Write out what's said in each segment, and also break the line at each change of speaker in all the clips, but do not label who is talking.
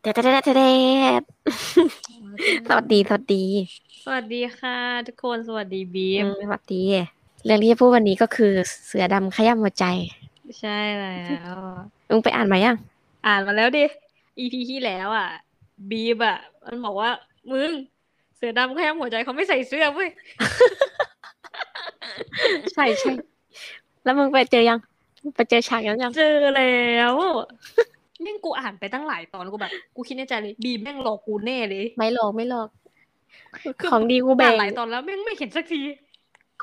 เดดเดดเดดเดดสวัสดี สวัสดี
สวัสดีค่ะ ทุกคนสวัสดีบี
อื
ม
มสวัสดี เรื่องที่จะพูดวันนี้ก็คือเสือดำขย้ำหัวใจ
ใช่แล้ว
มึงไปอ่านมายัง
อ่านมาแล้วดิอีพีที่แล้วอ่ะ บีมอ่ะ มันบอกว่า มึง เสือดำแค่หัวใจเขาไม่ใส่เสื้อเว้ย
ใช่ใช่ แล้วมึงไปเจอยัง ไปเจอฉากยังยัง
เจอแล้วแม่งกูอ่านไปตั้งหลายตอนกูแบบ กูคิดในใจเลยบีมแม่งหลอกกูแน่เลย
ไม่หลอกไม่หลอก
คือ
ของดีกูแบ่
อ่าง นหลายตอนแล้วแม่งไม่เห็นสักที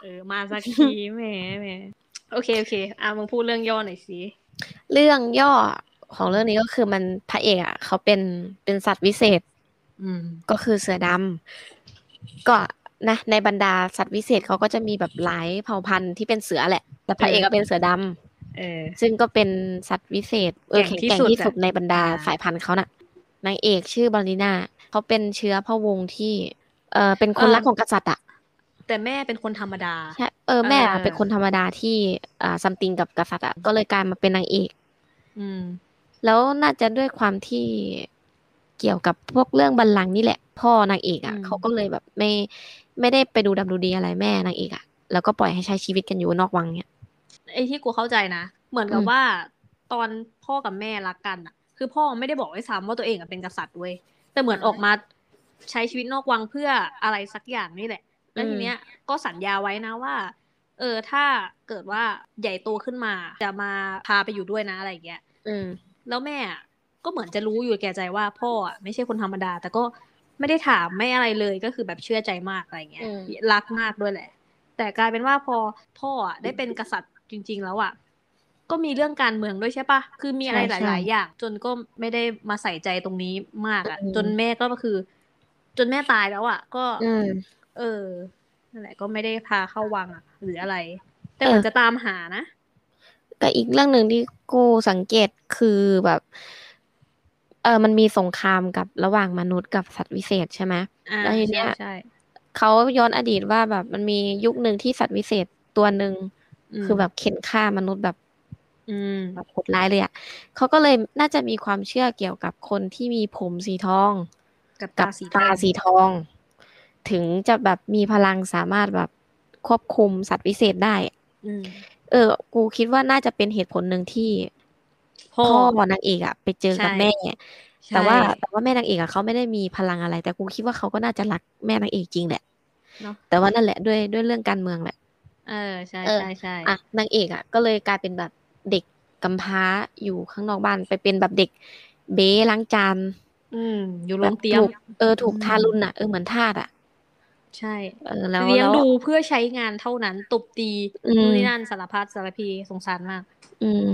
เออมาสัก ทีแหมแหมโอเคโอเคอ่ะมึงพูดเรื่องย่อหน่อยสิ
เรื่องย่อของเรื่องนี้ก็คือมันพระเอกอ่ะเขาเป็นเป็นสัตว์วิเศษ
อืม
ก็คือเสือดำก็นะในบรรดาสัตว์วิเศษเขาก็จะมีแบบหลายเผ่าพันธุ์ที่เป็นเสือแหละ แต่พระเอกก็เป็นเสือดำ
เออ
ซึ่งก็เป็นสัตว์วิเศษเออ
แกร่
แข็ง
งที่
แกร่ง
สุด
ที่สุด
อะ
ในบรรดา
อ่า
สายพันธุ์เขาน่ะนางเอกชื่อบอลลิน่าเขาเป็นเชื้อพระวงศ์ที่ เออเป็นคนรักของกษัตริย์อ่ะ
แต่แม่เป็นคนธรรมดา
ใช่เออแม่อะ
เออ
เป็นคนธรรมดาที่อ่าซัมติงกับกษัตริย์อ่ะก็เลยกลายมาเป็นนางเอก
อืม
แล้วน่าจะด้วยความที่เกี่ยวกับพวกเรื่องบัลลังก์นี่แหละ พ่อนางเอกอ่ะ
อืม
เขาก็เลยแบบไม่ไม่ได้ไปดูดำดูดีอะไรแม่นางเอกอ่ะแล้วก็ปล่อยให้ใช้ชีวิตกันอยู่นอกวังเนี่ย
ไอ้ที่กูเข้าใจนะ เหมือนกั
อื
บ
ม
ว่าตอนพ่อกับแม่รักกันอ่ะ คือพ่อไม่ได้บอกไว้ซ้ำว่าตัวเองอะเป็นกษัตริย์เว้ยแต่เหมือนออกมาใช้ชีวิตนอกวังเพื่ออะไรสักอย่างนี่แหละ แล้วทีเนี้ยก็สัญญาไว้นะว่า เออถ้าเกิดว่าใหญ่โตขึ้นมาจะมาพาไปอยู่ด้วยนะอะไรอย่างเงี้ย
อืม
แล้วแม่อะก็เหมือนจะรู้อยู่แก่ใจว่าพ่ออะไม่ใช่คนธรรมดา แต่ก็ไม่ได้ถามไม่อะไรเลยก็คือแบบเชื่อใจมากอะไรเงี้ย
อืม
รักมากด้วยแหละ แต่กลายเป็นว่าพอพ่ออะได้เป็นกษัตริย์จริง ๆ แล้วอ่ะก็มีเรื่องการเมืองด้วยใช่ปะคือมีอะไรหลาย ๆ อย่าง จนก็ไม่ได้มาใส่ใจตรงนี้มากอ่ะ
อืม
จนแม่ก็คือ จนแม่ตายแล้วอ่ะ ก็
อืม
เออนั่นแหละ ก็ไม่ได้พาเข้าวังอ่ะ หรืออะไร แต่เหมือน
เออ
จะตามหานะ
กับอีกเรื่องหนึ่งที่กูสังเกตคือแบบ เออมันมีสงครามกับระหว่างมนุษย์กับสัตว์วิเศษใช่ไหม
อ่า
แล้วทีเนี้
ใช่
ย
ใช่
เขาย้อนอดีตว่าแบบมันมียุคหนึ่งที่สัตว์วิเศษตัวหนึ่ง
ม
คือแบบเข็นฆ่ามนุษย์แบบ
อืม
แบบโหดร้ายเลยอ่ะเขาก็เลยน่าจะมีความเชื่อเกี่ยวกับคนที่มีผมสีทอง
กับ
กั
ตา
บ
สี
ตา
ทอง
สีทอง ถึงจะแบบมีพลังสามารถแบบควบคุมสัตว์วิเศษได้
อืม
เออ กูคิดว่าน่าจะเป็นเหตุผลหนึ่งที่
พ่อ
พ่อนางเอกอ่ะ ไปเจอกับ
ใช่
แม่
ใช่
แต่ว่าแต่ว่าแม่นางเอกอ่ะเขาไม่ได้มีพลังอะไร แต่กูคิดว่าเขาก็น่าจะรักแม่นางเอกจริงแหละ
เนาะ
แต่ว่านั่นแหละด้วยด้วยเรื่องการเมืองแหละ
เออใช่
เออ
ใช่ใช่
อ่ะนางเอกอ่ะ ก็เลยกลายเป็นแบบเด็กกำพร้าอยู่ข้างนอกบ้านไปเป็นแบบเด็กเบ๊ล้างจาน
อืม อยู่โร
แบบ
งเตรียม
ถูกเออถูก
อืม
ทารุณอ่ะเออเหมือนทาสอ่ะ
ใช่
เออแล้ว
เลี้ยง
แล้ว
ดูเพื่อใช้งานเท่านั้นตบตี
อืม
นู่นนี่นั่นสารพัดสารพีสงสารมาก
อืม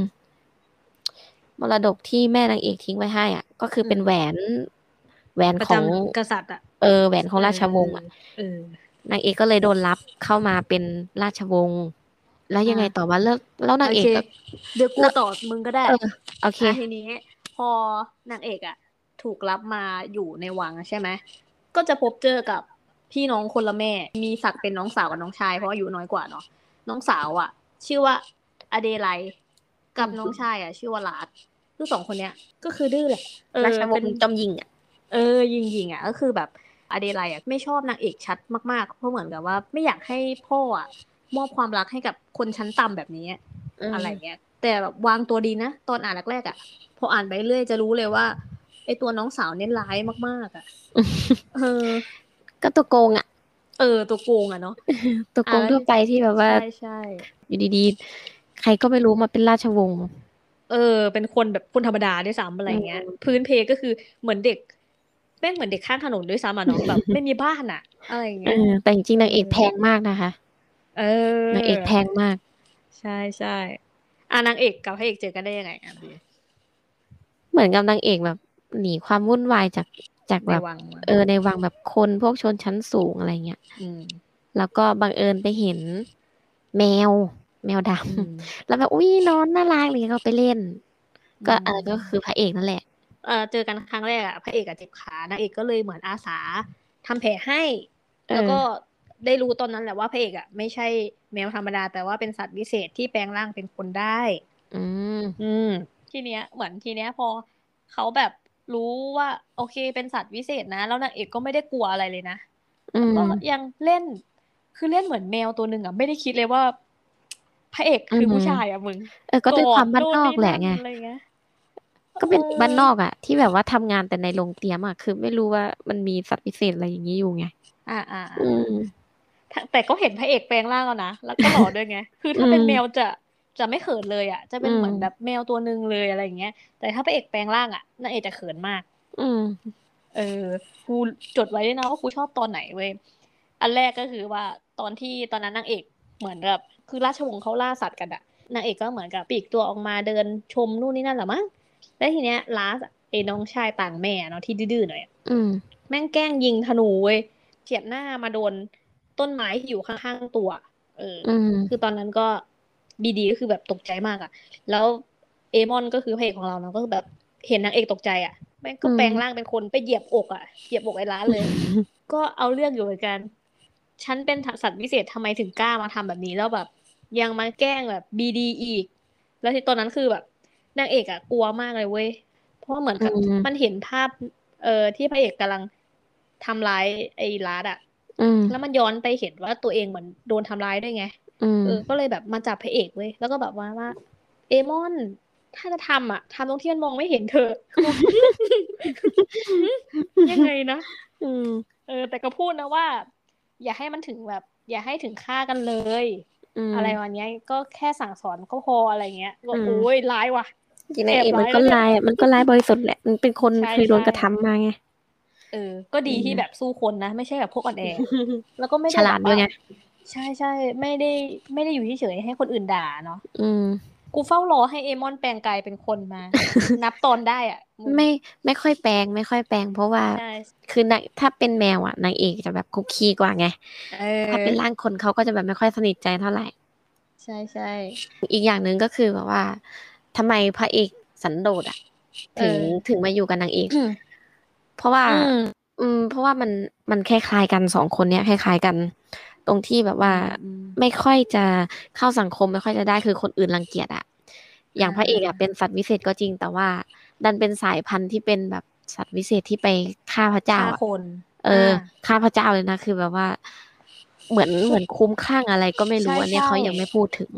มรดกที่แม่นางเอกทิ้งไว้ให้อ่ะ ก็คือเป็น
อืม
แหวน แหวน
ประ
ขอ
จำ
ง
กษัตริย์อ่ะ
เออแหวนของราชวงศ์อ่ะ
เออ
นางเอกก็เลยโดนรับเข้ามาเป็นราชวงศ์แล้วยังไง
อ่า
ต่อมาเลิกแล้วนา
โอง
เอก
เค
ก็
เดี๋ยวกูต่อมึงก็ได้
เออโอเค
อ่ะทีนี้ พอนางเอกอ่ะ ถูกรับมาอยู่ในวังใช่ไหมก็จะพบเจอกับพี่น้องคนละแม่ มีศักดิ์เป็นน้องสาวกับน้องชาย เพราะอายุน้อยกว่าเนาะน้องสาวอ่ะ ชื่อว่าอเดไลกับน้องชายอ่ะ ชื่อว่าลาดคือสองคนเนี้ย ก็คือดื้อแหละเออ
ราชว
เป็
ง
น
ศ์จอมหญิงอ่ะ
เออยิงยิงๆอ่ะก็คือแบบอเดไลอ่ะไม่ชอบนางเอกชัดมากๆ เพราะเหมือนกับว่าไม่อยากให้พ่ออ่ะมอบความรักให้กับคนชั้นต่ำแบบนี้อะ
อืม
อะไรเงี้ย แต่แบบวางตัวดีนะ ตอนอ่านแรกๆอ่ะพออ่านไปเรื่อยจะรู้เลยว่าไอตัวน้องสาวเนี่ยร้ายมาก ๆอ่ะเออ
ก็ตัวโกงอ่ะ
เออ ตัวโกงอ่ะเนาะ
ตัวโกง
อ่า
ทั่วไปที่แบบว่า
ใช่ใช่
อยู่ดีๆ ใครก็ไม่รู้มาเป็นราชวงศ์
เออ เป็นคนแบบคนธรรมดาด้วยซ้ำอะไรเงี้ย
อืม
พื้นเพก็คือเหมือนเด็กแม่งเหมือนเด็กข้างถนนด้วยซ้ำอ่ะเนาะ แบบไม่มีบ้านอ่ะ อะไร
เอ
เงี้ย
อแต่จริงๆนางเอกแพงมากนะคะ
เออ
นางเอกแพงมาก
ใช่ใช่อ่ะนางเอกกับพระเอกเจอกันได้ยังไงอ่ะ
เหมือนกับนางเอกแบบ หนีความวุ่นวายจากจาก
ใน
แบบ
วังวะ
เออในวังแบบคนพวกชนชั้นสูงอะไรเงี้ย
อืม
แล้วก็บังเอิญไปเห็น แมว แมวด
อืม
ำแล้วแบบอุ้ยน้องน่ารักอะไรเลยก็ไปเล่น ก็
อืม
เออก็คือพระเอกนั่นแหละ
เออเจอกันครั้งแรกอ่ะพระเอกอ่ะเจ็บขานางเอกก็เลยเหมือนอาสาทำแผลให้
เออ
แล้วก็ได้รู้ตอนนั้นแหละว่าพระเอกอ่ะไม่ใช่แมวธรรมดา แต่ว่าเป็นสัตว์วิเศษที่แปลงร่างเป็นคนได้
อืม
อืม ทีเนี้ยเหมือนทีเนี้ยพอเขาแบบ รู้ว่า โอเคเป็นสัตว์วิเศษนะ แล้วนางเอกก็ไม่ได้กลัวอะไรเลยนะ
อืม
ก็ยังเล่น คือเล่นเหมือนแมวตัวหนึ่งอ่ะไม่ได้คิดเลยว่า พระเอกคืออ
อหือ
ผู้ชายอ่ะมึง
เออก็ด้วยความบ้านนอกแหละไง
โกรธนู่นนี่นั่นอรเงี้ย
ก็เป็น
โย
บ้านนอกอะที่แบบว่าทำงานแต่ในโรงเตรียมอะคือไม่รู้ว่ามันมีสัตว์พิเศษอะไรอย่างนี้อยู่ไง
อ่าอ่า
อืม
แต่ก็เห็นพระเอกแปลงร่างแล้วนะแล้วก็หล่อด้วยไงคือถ้าเป็น
อืม
แมวจะจะไม่เขินเลยอ่ะ จะเป็น
อืม
เหมือนแบบแมวตัวหนึ่งเลยอะไรเงี้ย แต่ถ้าพระเอกแปลงร่างอ่ะนางเอกจะเขินมาก
อืม
เออกูจดไว้ด้วยนะว่ากูชอบตอนไหนเว้ย อันแรกก็คือว่าตอนที่ตอนนั้นนางเอกเหมือนกับคือราชวงศ์เขาล่าสัตว์กันอะนางเอกก็เหมือนกับปลีกตัวออกมาเดินชมนู่นนี่นั่นแหละมั้ง แล้วทีเนี้ยลาสไอ้น้องชายต่างแม่เนาะที่ดื้อๆหน่อยอะ
อืม
แม่งแกล้งยิงธนูเว้ยเฉียบหน้ามาโดนต้นไม้ที่อยู่ข้างๆตัว เออ
อืม
คือตอนนั้นก็บีดีก็คือแบบตกใจมากอะแล้วเอมอนก็คือพระเอกของเราเนาะก็คือแบบเห็นนางเอกตกใจอะแม่งก็
อืม
แปลงร่างเป็นคนไปเหยียบอกอะเหยียบอกไอ้ร้านเลย ก็เอาเรื่องอยู่เหมือนกัน ฉันเป็นสัตว์พิเศษทำไมถึงกล้ามาทำแบบนี้แล้วแบบ ยังมาแกล้งแบบบีดีอีก แล้วที่ตอนนั้นคือแบบนางเอกอะกลัวมากเลยเว้ย เพราะเหมือนกับ
อืม
มันเห็นภาพ เอ่อที่พระเอกกำลังทำร้ายไอ้ร้านอะ
อืม
แล้วมันย้อนไปเห็นว่าตัวเองเหมือนโดนทำร้ายด้วยไง
อืม
เออ ก็เลยแบบมาจับพระเอกเว้ย แล้วก็แบบว่าว่า เอมอน ถ้าจะทำอ่ะทำตรงที่มันมองไม่เห็นเธอะ ยังไงนะ
อืม
เออ แต่ก็พูดนะว่า อย่าให้มันถึงแบบ อย่าให้ถึงฆ่ากันเลย อะไรวันนี้ยก็แค่สั่งสอนก็พออะไรเงี้ยก็
อืม
โอ้ยร้ายว่ะ
จริงๆนางเอกมัน
แอบร้าย
ก็
แล้วเนี่ย
ร้ายอะมันก็ร้ายบริสุทธิ์แหละ มันเป็นคน
ใช่
เคยโดน
ใช่
กระทำมาไง
เออ ก็ดี
อืม
ที่แบบสู้คนนะ ไม่ใช่แบบพวกอ่อนแอ แล้วก็ไม่
ฉ
ได้แบบ
ลาดด้วยไง
ใช่ใช่ไม่ได้ ไม่ได้อยู่เฉยๆให้คนอื่นด่าเนาะ
อืม
กูเฝ้ารอให้เอมอนแปลงกายเป็นคนมา นับตอนได้อ่ะง
ไม่ไม่ค่อยแปลงไม่ค่อยแปลง เพราะว่า
ใช่
คือนางถ้าเป็นแมวอะนางเอกจะแบบคุกคีกว่าไง
เออ
ถ้าเป็นร่างคนเขาก็จะแบบไม่ค่อยสนิทใจเท่าไหร่
ใช่ใช่
อีกอย่างหนึ่งก็คือแบบว่าทำไมพระเอกสันโดษอะถึงถึงมาอยู่กับนางเอก
อืม
เพราะว่า
อืม
อืม เพราะว่ามันมันคล้ายๆกันสองคนเนี้ยคล้ายๆกัน ตรงที่แบบว่า
อืม
ไม่ค่อยจะเข้าสังคมไม่ค่อยจะได้คือคนอื่นรังเกียจอะอย่างพระเอกอะ
อ่า
เป็นสัตว์วิเศษก็จริง แต่ว่า ดันเป็นสายพันธุ์ที่เป็นแบบสัตว์วิเศษที่ไปฆ่าพระเจ้า
ฆ่า
อะ
คน
เออฆ่าพระเจ้าเลยนะคือแบบว่า เหมือนเหมือนคุ้มคลั่งอะไรก็ไม่รู้อันเนี้ยเขายังไม่พูดถึง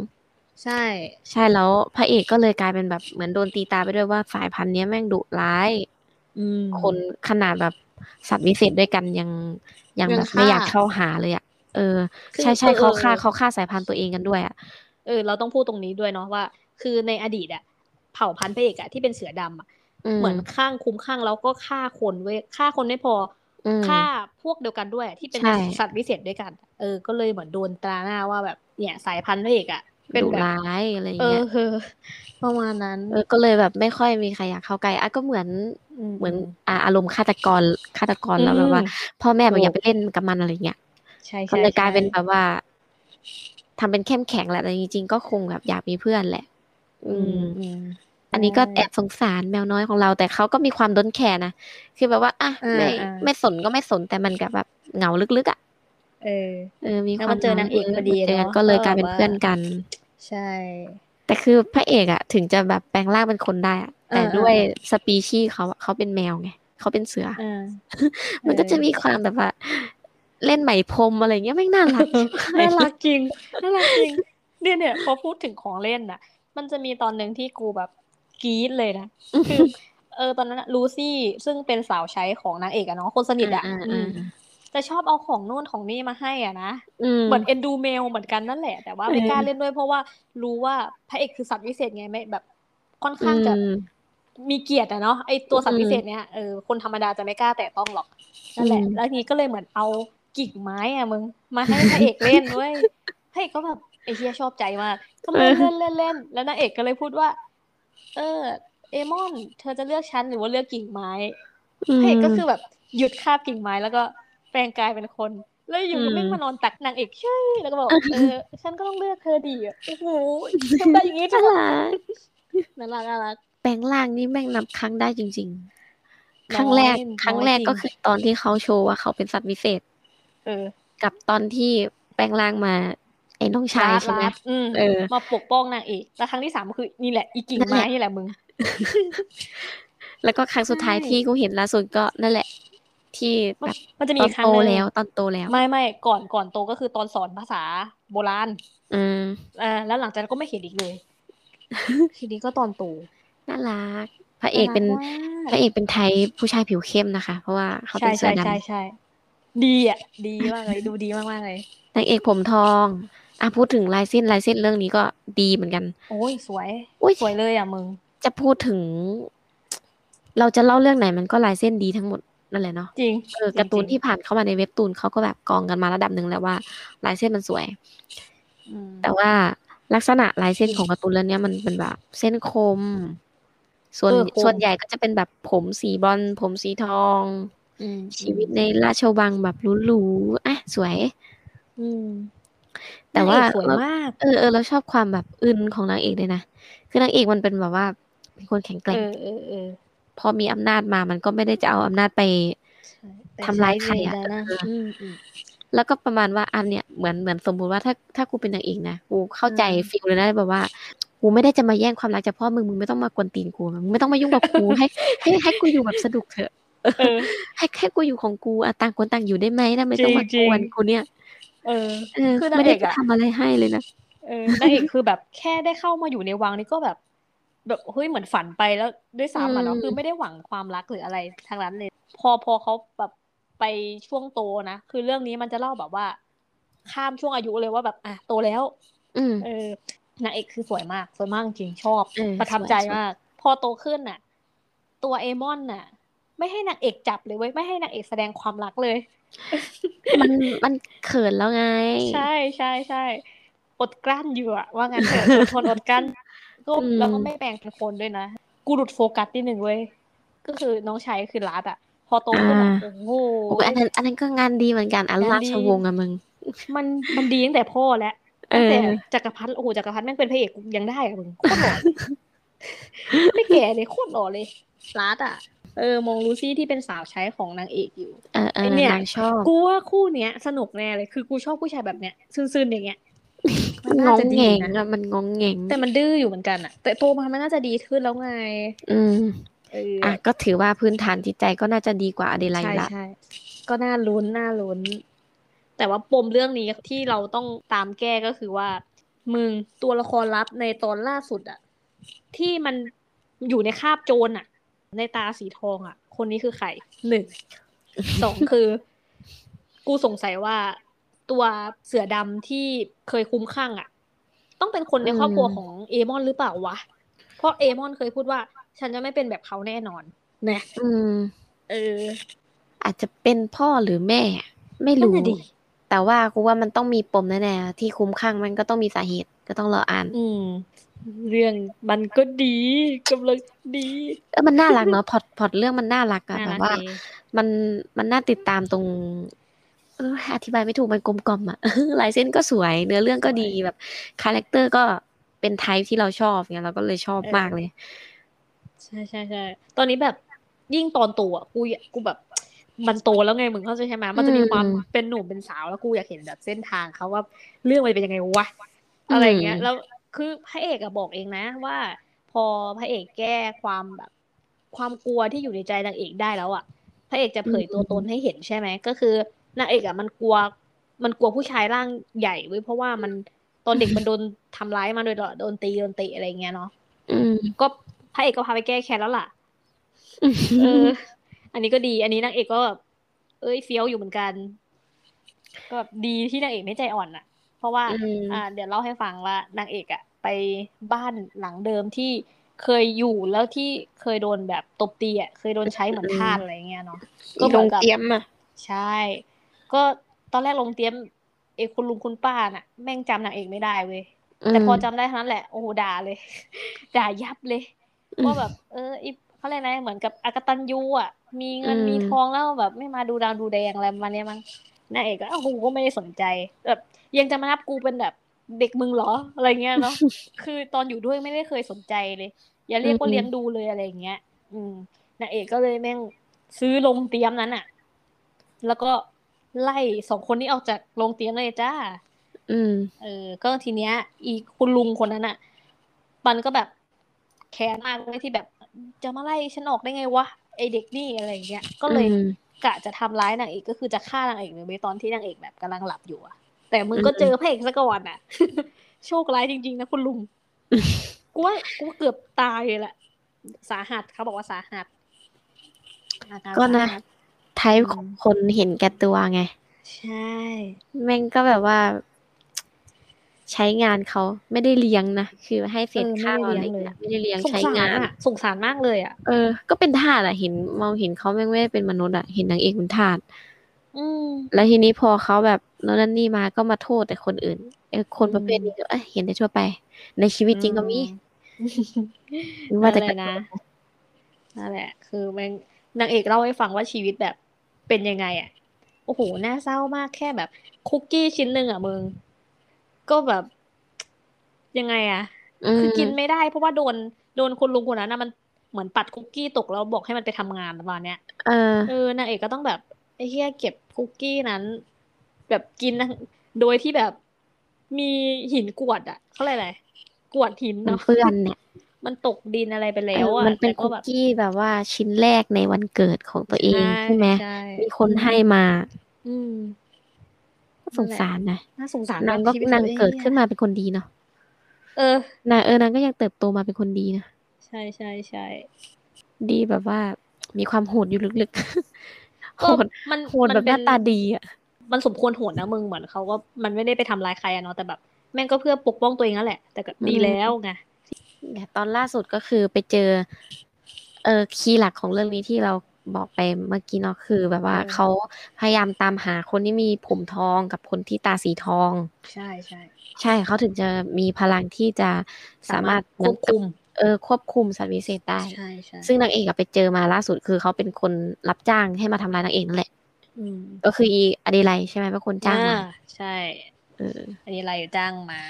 ใช่
ใช่แล้วพระเอกก็เลยกลายเป็นแบบเหมือนโดนตีตาไปด้วยว่าสายพันธุ์เนี้ยแม่งดุร้าย
อืม
คนขนาดแบบสัตว์วิเศษด้วยกันยังยัง
ยัง
แบบไม่
ฆ่า
อยากเข้าหาเลยอ่ะเออ
คือ
ใช่ใช่
เออ
เขาฆ่าเขาฆ่าสายพันธุ์ตัวเองกันด้วยอ่ะ
เออ เราต้องพูดตรงนี้ด้วยเนาะว่า คือในอดีตอะเผ่าพันธุ์พระเอกอะที่เป็นเสือดำอะเหมือนข้างคุ้มข้างแล้วก็ฆ่าคนเว้ยฆ่าคนไม่พอ
อื
อ
ม
ฆ่าพวกเดียวกันด้วยอะที่เป็น
ใช่
สัตว์วิเศษด้วยกัน เออ ก็เลยเหมือนโดนตราหน้าว่าแบบเนี่ยสายพันธุ์พระเอกอะเป็น
ดุ
แบบ
ร้ายอะไรอย่าง
เอ
เงี้
อย เออประมาณนั้น
เออก็เลยแบบไม่ค่อยมีใครอยากเข้าใกล้อ่ะก็เหมือน
ม
เหมือนอ่าอารมณ์ฆาตกรฆาตกรแล้ว
อืม
แบบว่า พ่อแม่บอก
ถูก
อย่าไปเล่นกับมันอะไรเงี้ย
ใช่
เขา
ใช่
เลยกลายเป็น
ใช่
แบบว่าทำเป็นเข้มแข็งแหละแต่จริงๆก็คงแบบอยากมีเพื่อนแหละ อืม อันนี้ก็แอบสงสารแมวน้อยของเรา แต่เขาก็มีความด้นแคร์นะ คือแบบว่า อ่ะ
อ่า
ไม่
อ่า
ไม่สนก็ไม่สนแต่มันกับแบบเหงาลึกๆอ่ะ
เออ
เออมี
แล้ว
ความ
มาเจอนางเอกพอดี
เจอกัน
เนอะ
ก็เลย
ก็
กลาย
แบบ
เป็นเพื่อน
ว่ากั
กัน
ใช่
แต่คือพระเอกอ่ะ ถึงจะแบบแปลงร่างเป็นคนได้อ่ะแต่
เออเออ
ด้วยสปีชีส์เขาอะเขาเป็นแมวไงเขาเป็นเสือ
อ่า
มันก็จะมีความแบบว่า เล่นไหมพรมอะไรเงี้ยไม่งน่า รัก
น่ารักจริง น่ารักจริง เนี่ยเนี่ยพอพูดถึงของเล่นน่ะ มันจะมีตอนหนึ่งที่กูแบบกรี๊ดเลยนะ คือ เออตอนนั้นน่ะลูซี่ซึ่งเป็นสาวใช้ของนางเอกอะเนาะคนสนิทอะ
อ่าๆๆ
อืมจะชอบเอาของนู่นของนี่มาให้อ่ะนะ
อืม
เหมือนเอ็นดูเมลเหมือนกันนั่นแหละ แต่ว่า
เออ
ไม่กล้าเล่นด้วยเพราะว่ารู้ว่าพระเอกคือสัตว์วิเศษไงไม่แบบ ค่อนข้างจะ
อืม
มีเกียรติอะเนาะไอตัวสัต
อื
ว์
ม
วิเศษเนี่ยเออคนธรรมดาจะไม่กล้าแตะต้องหรอกนั่นแหละ
อืม
แล้วทีนี้ก็เลยเหมือนเอากิ่งไม้อะมึงมาให้พระเอกเล่นด้วยพระเอกก็แบบไอเฮียชอบใจมากก็เล่นเล่นเล่นเล่นแล้วนางเอกก็เลยพูดว่า เออ เอมอน เธอจะเลือกฉันหรือว่าเลือกกิ่งไม้ พระเอกก็คือแบบหยุดคาบกิ่งไม้แล้วก็แปลงกายเป็นคน แล้วอยู่
อื
ก็
ม
ไม่งมานอนตักนางเอกเช่ยแล้วก็บอกเออฉันก็ต้องเลือกเธอดีอ่ะโอ้โหทำได้อย่างนี้จั
น่าง
วะ
รัก
น่ารักน่ารัก
แปลงร่างนี่แม่งนับครั้งได้จริง ๆ ค
น้อย
รั้งแรก
น้อย
ครั้งแรก
จริง
ก็คือตอนที่เขาโชว์ว่าเขาเป็นสัตว์วิเศษ
เออ
กับตอนที่แปลงร่างมา ไอ้น้องชาย
รัด
ใช่ไหม
รัดอืม
เออ
มาปกป้องนางเอกแล้วครั้งที่สามคือนี่แหละอีกิ่งไม้นี่แหละมึง
แล้วก็ครั้งสุดท้าย
ใช่
ที่กูเห็นล่าสุดก็นั่นแหละ ที่
มัน
แบบ
มันจะมี
ตอน
อีกครั้ง
โต
หนึ่ง
แล้วตอนโตแล้ว
ไม่ไม่ก่อนก่อนโตก็คือตอนสอนภาษาโบราณ
อืม
อ่าแล้วหลังจากนั้นก็ไม่เห็นอีก เลย ทีนี้ก็ตอนโต
น่ารักพระเอกเป็น
น่ารักมาก
พระเอกเป็นไทยผู้ชายผิวเข้มนะคะ เพราะว่าเขาเป็นเสือดำ
ใช่ใช่ใช่ดีอ่ะ ดีมากเลย ดูดีมากมากเลย
นางเอกผมทอง อ่ะพูดถึงลายเส้นลายเส้นเรื่องนี้ก็ดีเหมือนกัน
โอ้ยสวย
อุ๊ย
สวยเลยอ่ะมึง
จะพูดถึง เราจะเล่าเรื่องไหนมันก็ลายเส้นดีทั้งหมดนั่นแหละเนาะ
จริง
เออ
จง
การ์ตูน
จง
ที่ผ่านเข้ามาในเว็บตูนเขาก็แบบกองกันมาระดับหนึ่งแล้วว่า ลายเส้นมันสวย
อืม
แต่ว่าลักษณะลายเส้น
อืม
ของการ์ตูนเรื่องเนี้ยมันเป็นแบบเส้นคม ส่วน
เออคม
ส่วนใหญ่ก็จะเป็นแบบผมสีบรอนซ์ผมสีทอง
อืม
ชีวิตในราชวังแบบหรูๆอ่ะสวย
อืม
แต่ว่า
นงเอกสวยมาก
เออเออเราชอบความแบบอึนของนางเอกเลยนะ คือนางเอกมันเป็นแบบว่าเป็นคนแข็งแกร่
เอง อเออเออ
พอมีอำนาจมามันก็ไม่ได้จะเอาอำนาจไป
ใช่แต่
ทำร้ายใครอะ
ดานะอืมอืม
แล้วก็ประมาณว่าอันเนี่ยเหมือนเหมือนสมมติว่าถ้าถ้ากูเป็นนางเอกนะกูเข้าใจ
อืม
ฟิลเลยนะแบบว่ากูไม่ได้จะมาแย่งความรักจากพ่อมึงมึงไม่ต้องมากวนตีนกูมึงไม่ต้องมายุ่งกับ กู ให้ให้ให้กูอยู่แบบสนุกเถอะ
เออ
ให้ให้กูอยู่ของกูอะต่างคนต่างอยู่ได้ไหมนะไม่ต้องมา
จริ
ก
งๆ
วนกูเนี่ย
เออ
เออ
คือนาง
ไม่ได้
เอก
จะ
อะ
ทำอะไรให้เลยนะ
เออนางเอกคือแบบแค่ได้เข้ามาอยู่ในวังนี่ก็แบบ แบบเฮ้ยเหมือนฝันไปแล้วด้วยซ้ำอะเนาะ
อืม
คือไม่ได้หวังความรักหรืออะไรทางนั้นเลย พอพอเขาแบบไปช่วงโตนะคือเรื่องนี้มันจะเล่าแบบว่า ข้ามช่วงอายุเลยว่าแบบอ่ะโตแล้ว
อืม
เออนางเอกคือสวยมาก สวยมากจริงชอบ
เออ
ประทับใจ
สวยๆ
มาก พอโตขึ้นน่ะ ตัวเอมอนน่ะ ไม่ให้นางเอกจับเลยเว้ยไม่ให้นางเอกแสดงความรักเลย
มันมันเขินแล้วไง
ใช่ใช่ใช่อดกลั้นอยู่อะว่างั้นเถ อะอดทนอดกลั้นก็
อืม
แล้วก็ไม่แบ่งเป็นคนด้วยนะ กูหลุดโฟกัสนิดหนึ่งเว้ย ก็คือน้องชายคือรัดอะพอโตขึ้นอะโอ้โห
โอ้ยอันนั้นอันนั้นก็งานดีเหมือนกันอัน
งานดี
ราชวงศ์อะมึง
มันมันดีตั้งแต่พ่อแล้ว
เอ
ตั้
อ
งแต่จักรพรรดิโอ้โหจักรพรรดิแม่งเป็นพระเอกกูยังได้อะมึงโคตรหล่อ ไม่แก่เลยโคตรหล่อเลยรัดอะเออมองลูซี่ที่เป็นสาวใช้ของนางเอกอยู่
เออเออ
ไอ้เนี่ย
นางชอบ
กูว่าคู่เนี้ย สนุกแน่เลยคือกูชอบผู้ชายแบบเนี้ยซื่นๆอย่างเงี้ยมั
มันง
น่าง จะดี
เงง
นะ
อะมันงงเงง
แต่มันดื้ออยู่เหมือนกันอะแต่โตมามันน่าจะดีขึ้นแล้วไง
อืม
เออ
อ่ะก็ถือว่าพื้นฐานจิตใจก็น่าจะดีกว่าอเดไล
ใช่
ด์ละ
ใช่ก็น่าลุ้นน่าลุ้น แต่ว่าปมเรื่องนี้ที่เราต้องตามแก้ก็คือว่า มึงตัวละครลับในตอนล่าสุดอะที่มันอยู่ในคาบโจรอะในตาสีทองอะคนนี้คือใครหนึ่ง สองคือ กูสงสัยว่าตัวเสือดำที่เคยคุ้มข้างอะต้องเป็นคนในครอบครัวของเอมอนหรือเปล่าวะ เพราะเอมอนเคยพูดว่า ฉันจะไม่เป็นแบบเขาแน่นอนนะ
อืม
เออ
อาจจะเป็นพ่อหรือแม่ ไม่
นั่น
รู้
น่ะดิ
แต่ว่ากูว่ามันต้องมีปมแน่ๆที่คุ้มข้างมันก็ต้องมีสาเหตุก็ต้องรออ่าน
อืม เรื่องมันก็ดีกำลังดี
เออมันน่ารักเนาะพ อดพอดเรื่องมันน่ารักอะแบ
น่ารับก
ว่า
ดี
มันมันน่าติดตามตรงเอ้ยอธิบายไม่ถูกมันกลมกล่อมอะ ลายเส้นก็สวย เนื้อเรื่องก็ดีแบบคาแรคเตอร์ก็เป็นไทป์ที่เราชอบเนี่ยเราก็เลยชอบมากเลย
ใช่ใช่ใช่ตอนนี้แบบยิ่งตอนโตอ่ะกูอยากกูแบบ มันโตแล้วไงมึงเข้าใจใช่ไหมมันจะมีความ
อืม
เป็นหนุ่มเป็นสาวแล้วกูอยากเห็นแบบเส้นทางเขาว่าเรื่องมันเป็นยังไงวะอะไรอย่างเงี้ย
อืม
แล้วคือพระเอกอะบอกเองนะ ว่า พอพระเอกแก้ความแบบ ความกลัวที่อยู่ในใจนางเอกได้แล้วอะพระเอกจะเผยตัวตนให้เห็นใช่ไหมก็คือนางเอกอะมันกลัว มันกลัวผู้ชายร่างใหญ่เว้ยเพราะว่ามันตอนเด็กมันโดนทำร้ายมาโดยตลอดโดนตีโดนเตะอะไรอย่างเงี้ยเนาะ
อืม
ก็พระเอกก็พาไปแก้แค้นแล้วล่ะ เออ อันนี้ก็ดี อันนี้นางเอกก็แบบเอ้ยเฟี้ยวอยู่เหมือนกัน ก็แบบดีที่นางเอกไม่ใจอ่อนอะเพราะว่า
อืม
อ่า เดี๋ยวเล่าให้ฟังว่านางเอกอะไปบ้านหลังเดิมที่เคยอยู่แล้วที่เคยโดนแบบตบตีอะเคยโดนใช้เหมือนทาสอะไรเงี้ยเนาะ ก็
ก็
เหมื
ล
อง นกับ
เตรียมอะ
ใช่ ก็ตอนแรกลงเตรียมเอกคุณลุงคุณป้าน่ะ แม่งจำนางเอกไม่ได้เว้ย แต่พอจำได้เท่านั้นแหละ โอ้โหด่าเลย ด่ายับเลย ว่าแบบ เอออีเขาเรียกอะไรนะเหมือนกับอากตันยูอ่ะ มีเงิน
อืม
มีทองแล้วแบบ ไม่มาดูดาวดูแดงอะไรประมาณเนี้ยมั้งนางเอกก็อ้าวกูก็ไม่ได้สนใจแบบยังจะมานับกูเป็นแบบเด็กมึงเหรออะไรเงี้ยเนาะ คือตอนอยู่ด้วยไม่ได้เคยสนใจเลย อย่าเรียกว่าเลี้ยงดูเลยอะไรอย่างเงี้ย อืมนางเอกก็เลยแม่งซื้อโรงเตรียมนั้นอ่ะ แล้วก็ไล่สองคนนี้ออกจากโรงเตรียมเลยจ้า
อืม
เออ ก็ทีเนี้ย อีคุณลุงคนนั้นอ่ะ มันก็แบบแค้นมากเลยที่แบบ จะมาไล่ฉันออกได้ไงวะไอเด็กนี่อะไรอย่างเงี้ยก็เลย
อืม
กะจะทำร้ายนางเอกก็คือจะฆ่านางเอกเลยไปตอนที่นางเอกแบบกำลังหลับอยู่อะแต่มึงก็
อืม
เจอพระเอกซะก่อนอะ โชคร้ายจริงๆนะคุณลุงกูว่ากูว่าเกือบตายเลยแหละสาหัสเขาบอกว่าสาหัสอาาร
ก็นะ
สาหัส
ไทป์ของคนเห็นแก่ตัวไง
ใช่
แม่งก็แบบว่า ใช้งานเขาไม่ได้เลี้ยงนะคือให้เศษข้าวอะไรอย่างเงี้ยไม่ได้เลี้ยง
สง
ใช้
สาง
าร น
อะสงสารมากเลยอะ
เออ ก็เป็นทาสอะเห็นมองเห็นเขาแม่งไม่ได้เป็นมนุษย์อะเห็นนางเอกเป็นทาส
อืม
แล้วทีนี้พอเขาแบบโน่นนั่นนี่มาก็มาโทษแต่คนอื่นไอ้คนประเภทนี้ก็เอ้ยเห็นได้ทั่วไป ในชีวิตจริงก็มีไม่ว่าแต่
นั่นแหละนะ นั่นแหละ คือแม่งนางเอกเล่าให้ฟังว่าชีวิตแบบเป็นยังไงอะโอ้โห น่าเศร้ามากแค่แบบ คุกกี้ชิ้นหนึ่งอะมึง ก็แบบ ยังไงอะ
ม
คือกินไม่ได้เพราะว่าโดน โดนคุณลุงคนนั้นนะมันเหมือนปัดคุกกี้ตกแล้วบอกให้มันไปทำงานประมาณเนี้ย
เออ
เออนางเอกก็ต้องแบบไอ้เหี้ยเก็บคุกกี้นั้น แบบกินนะโดยที่แบบมีหินกรวดอะเขาเรียกอะไรกรวดหิน
มัน
เนาะ
เปื้อนเนี่ย
มันตกดินอะไรไปแล้
เอ
ว
อ
อะ
มันเป็น
แต่
คุ
ก็
ก
แบบ
กี้แบบว่าชิ้นแรกในวันเกิดของตัวเองใช่ไหม
ใช่
มีคนให้มา
อืม
ก็สงสารนะ
น่าสงสาร
นางก็
ชีวิต
นาง
ตัวอง
เกิดขึ้นมาเป็นคนดีเนาะ
เออ
นางเออนางก็ยังเติบโตมาเป็นคนดีนะ
ใช่ใช่ใช่
ดีแบบว่า มีความโหดอยู่ลึกๆโห
ก็
ด
มัน
โหด
มั
แบบห
เป็
น้าตาดีอะ
มันสมควรโหดนะมึงเหมือนเขาก็มันไม่ได้ไปทำร้ายใครอะเนาะแต่แบบ แม่งก็เพื่อปกป้องตัวเองนั่นแหละ แต่ก็ดี
อืม
แล้วไง
เนี่ยตอนล่าสุดก็คือไปเจอ เออคีย์หลักของเรื่องนี้ที่เราบอกไปเมื่อกี้เนาะคือ แบบว่าเขาพยายามตามหาคนที่มีผมทองกับคนที่ตาสีทอง
ใช่ใช่
ใช่เขาถึงจะมีพลังที่จะสามารถ
ควบคุม
เออควบคุมสัตว์วิเศษได้
ใช่ใช่
ซึ่งนางเอกอะไปเจอมาล่าสุดคือเขาเป็นคนรับจ้างให้มาทำร้ายนางเอกนั่นแหละ
อืม
ก็คืออีอดีไลใช่ไหมเป็นคนจ้างมา
อ่ใช่
เออ
อันนี้อะไรายจ้างมา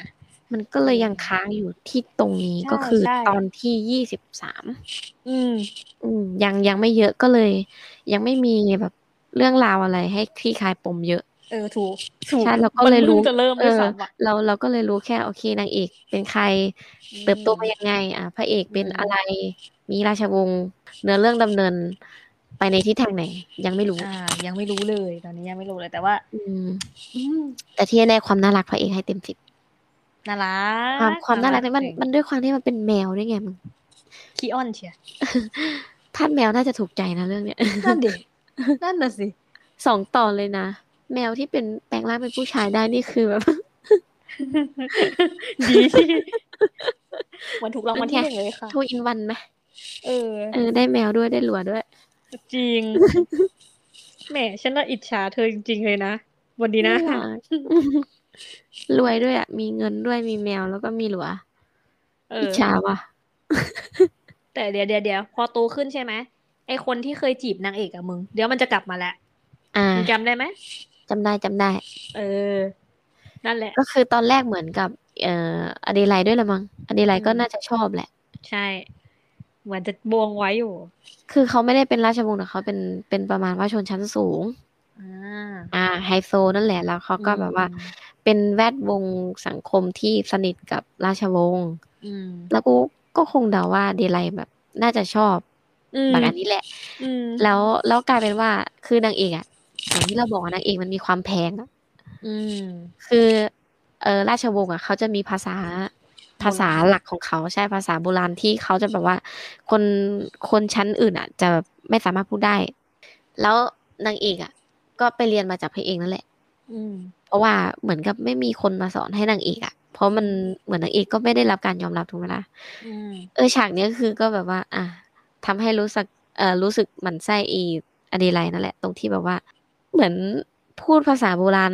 มันก็เลยยังค้างอยู่ที่ตรงนี้
ใช่
ก็คือ
ใช่
ตอนที่ยี่สิบสาม
อืม
อืมยังยังไม่เยอะก็เลย ยังไม่มีแบบเรื่องราวอะไรให้คลี่คลายปมเยอะ
เออถูกถูก
ใช่เราก็เลยรู้
มันพิ่งจะเริ่มด้วยซ้ำอ่ะ
เราเราก็เลยรู้แค่โอเคนางเอกเป็นใครเติบโตมายังไง อ่ะพระเอกเป็น
อืม
อะไร มีราชวงศ์เนื้อเรื่องดำเนิน ไปในทิศทางไหน ยังไม่รู้
อ่า ยังไม่รู้เลย ตอนนี้ยังไม่รู้เลยแต่ว่า
อืม
อืม
แต่ที่แน่ๆความน่ารักพระเอกให้เต็มสิบ
น่ารัก
ความความน่ารักเนี่ยมัน
จง
มันด้วยความที่มันเป็นแมวด้วยไงมึง
ขี้อ้อนเชียร์
ท่านแมวน่าจะถูกใจนะเรื่องเนี้ย
นั่นดิ นั่นน่ะ สิ
สองตอนเลยนะแมวที่เป็นแปลงร่างเป็นผู้ชายได้นี่คือแบบ
ดีวันถูกรางวัลที่หนึ่งเลยค่ะ
ทูอินวันไหม
เออ
เออได้แมวด้วยได้หลัวด้วย
จริง แหมฉันละอิจฉาเธอจริงๆเลยนะ วันดีนะ
น่ารัก รวยด้วยอ่ะ มีเงินด้วยมีแมวแล้วก็มีหลัว
เอ
อิจ
อ
ฉาว่ะ
แต่เดี๋ยวเดี๋ยวเดี๋ยวพอโตขึ้นใช่ไหมไอคนที่เคยจีบนางเอกอะมึง เดี๋ยวมันจะกลับมาแหละ
อ่า
มึงจำได้ไหม
จำได้จำได้
เออ นั่นแหละ
ก็คือตอนแรกเหมือนกับ เอ่ออเดไลด์ด้วยละมั้งอเดไลด์ก็
อืม
น่าจะชอบแหละ
ใช่ เหมือนจะบวงไว้อยู่
คือเขาไม่ได้เป็นราชวงศ์แต่เขาเป็นเป็นประมาณว่าชนชั้นสูง
อ่า
อ่าไฮโซนั่นแหละแล้วเขาก็แบบว่า เป็นแวดวงสังคมที่สนิทกับราชวงศ์
อืม
แล้วกูก็คงเดาว่าอเดไลด์แบบ น่าจะชอบ
อืม
แบบอันนี้แหละ
อืม
แล้วแล้วกลายเป็นว่าคือนางเอกอะอย่างที่เราบอกว่านางเอกมันมีความแพงอะ
อืม
คือเออราชวงศ์อะเขาจะมีภาษาภาษาหลักของเขาใช่ภาษาโบราณที่เขาจะแบบว่า คนคนชั้นอื่นอะจะไม่สามารถพูดได้ แล้วนางเอกอะก็ไปเรียนมาจากพระเอกนั่นแหละ
อืม
เพราะว่าเหมือนกับไม่มีคนมาสอนให้นางเอกอะเพราะมันเหมือนนางเอกก็ไม่ได้รับการยอมรับถูกไหมล่ะ
อืม
เออฉากเนี้ยคือก็แบบว่า อ่ะทำให้รู้สึกเออรู้สึกหมันไส้อีอดีไลนั่นแหละ ตรงที่แบบว่า เหมือนพูดภาษาโบราณ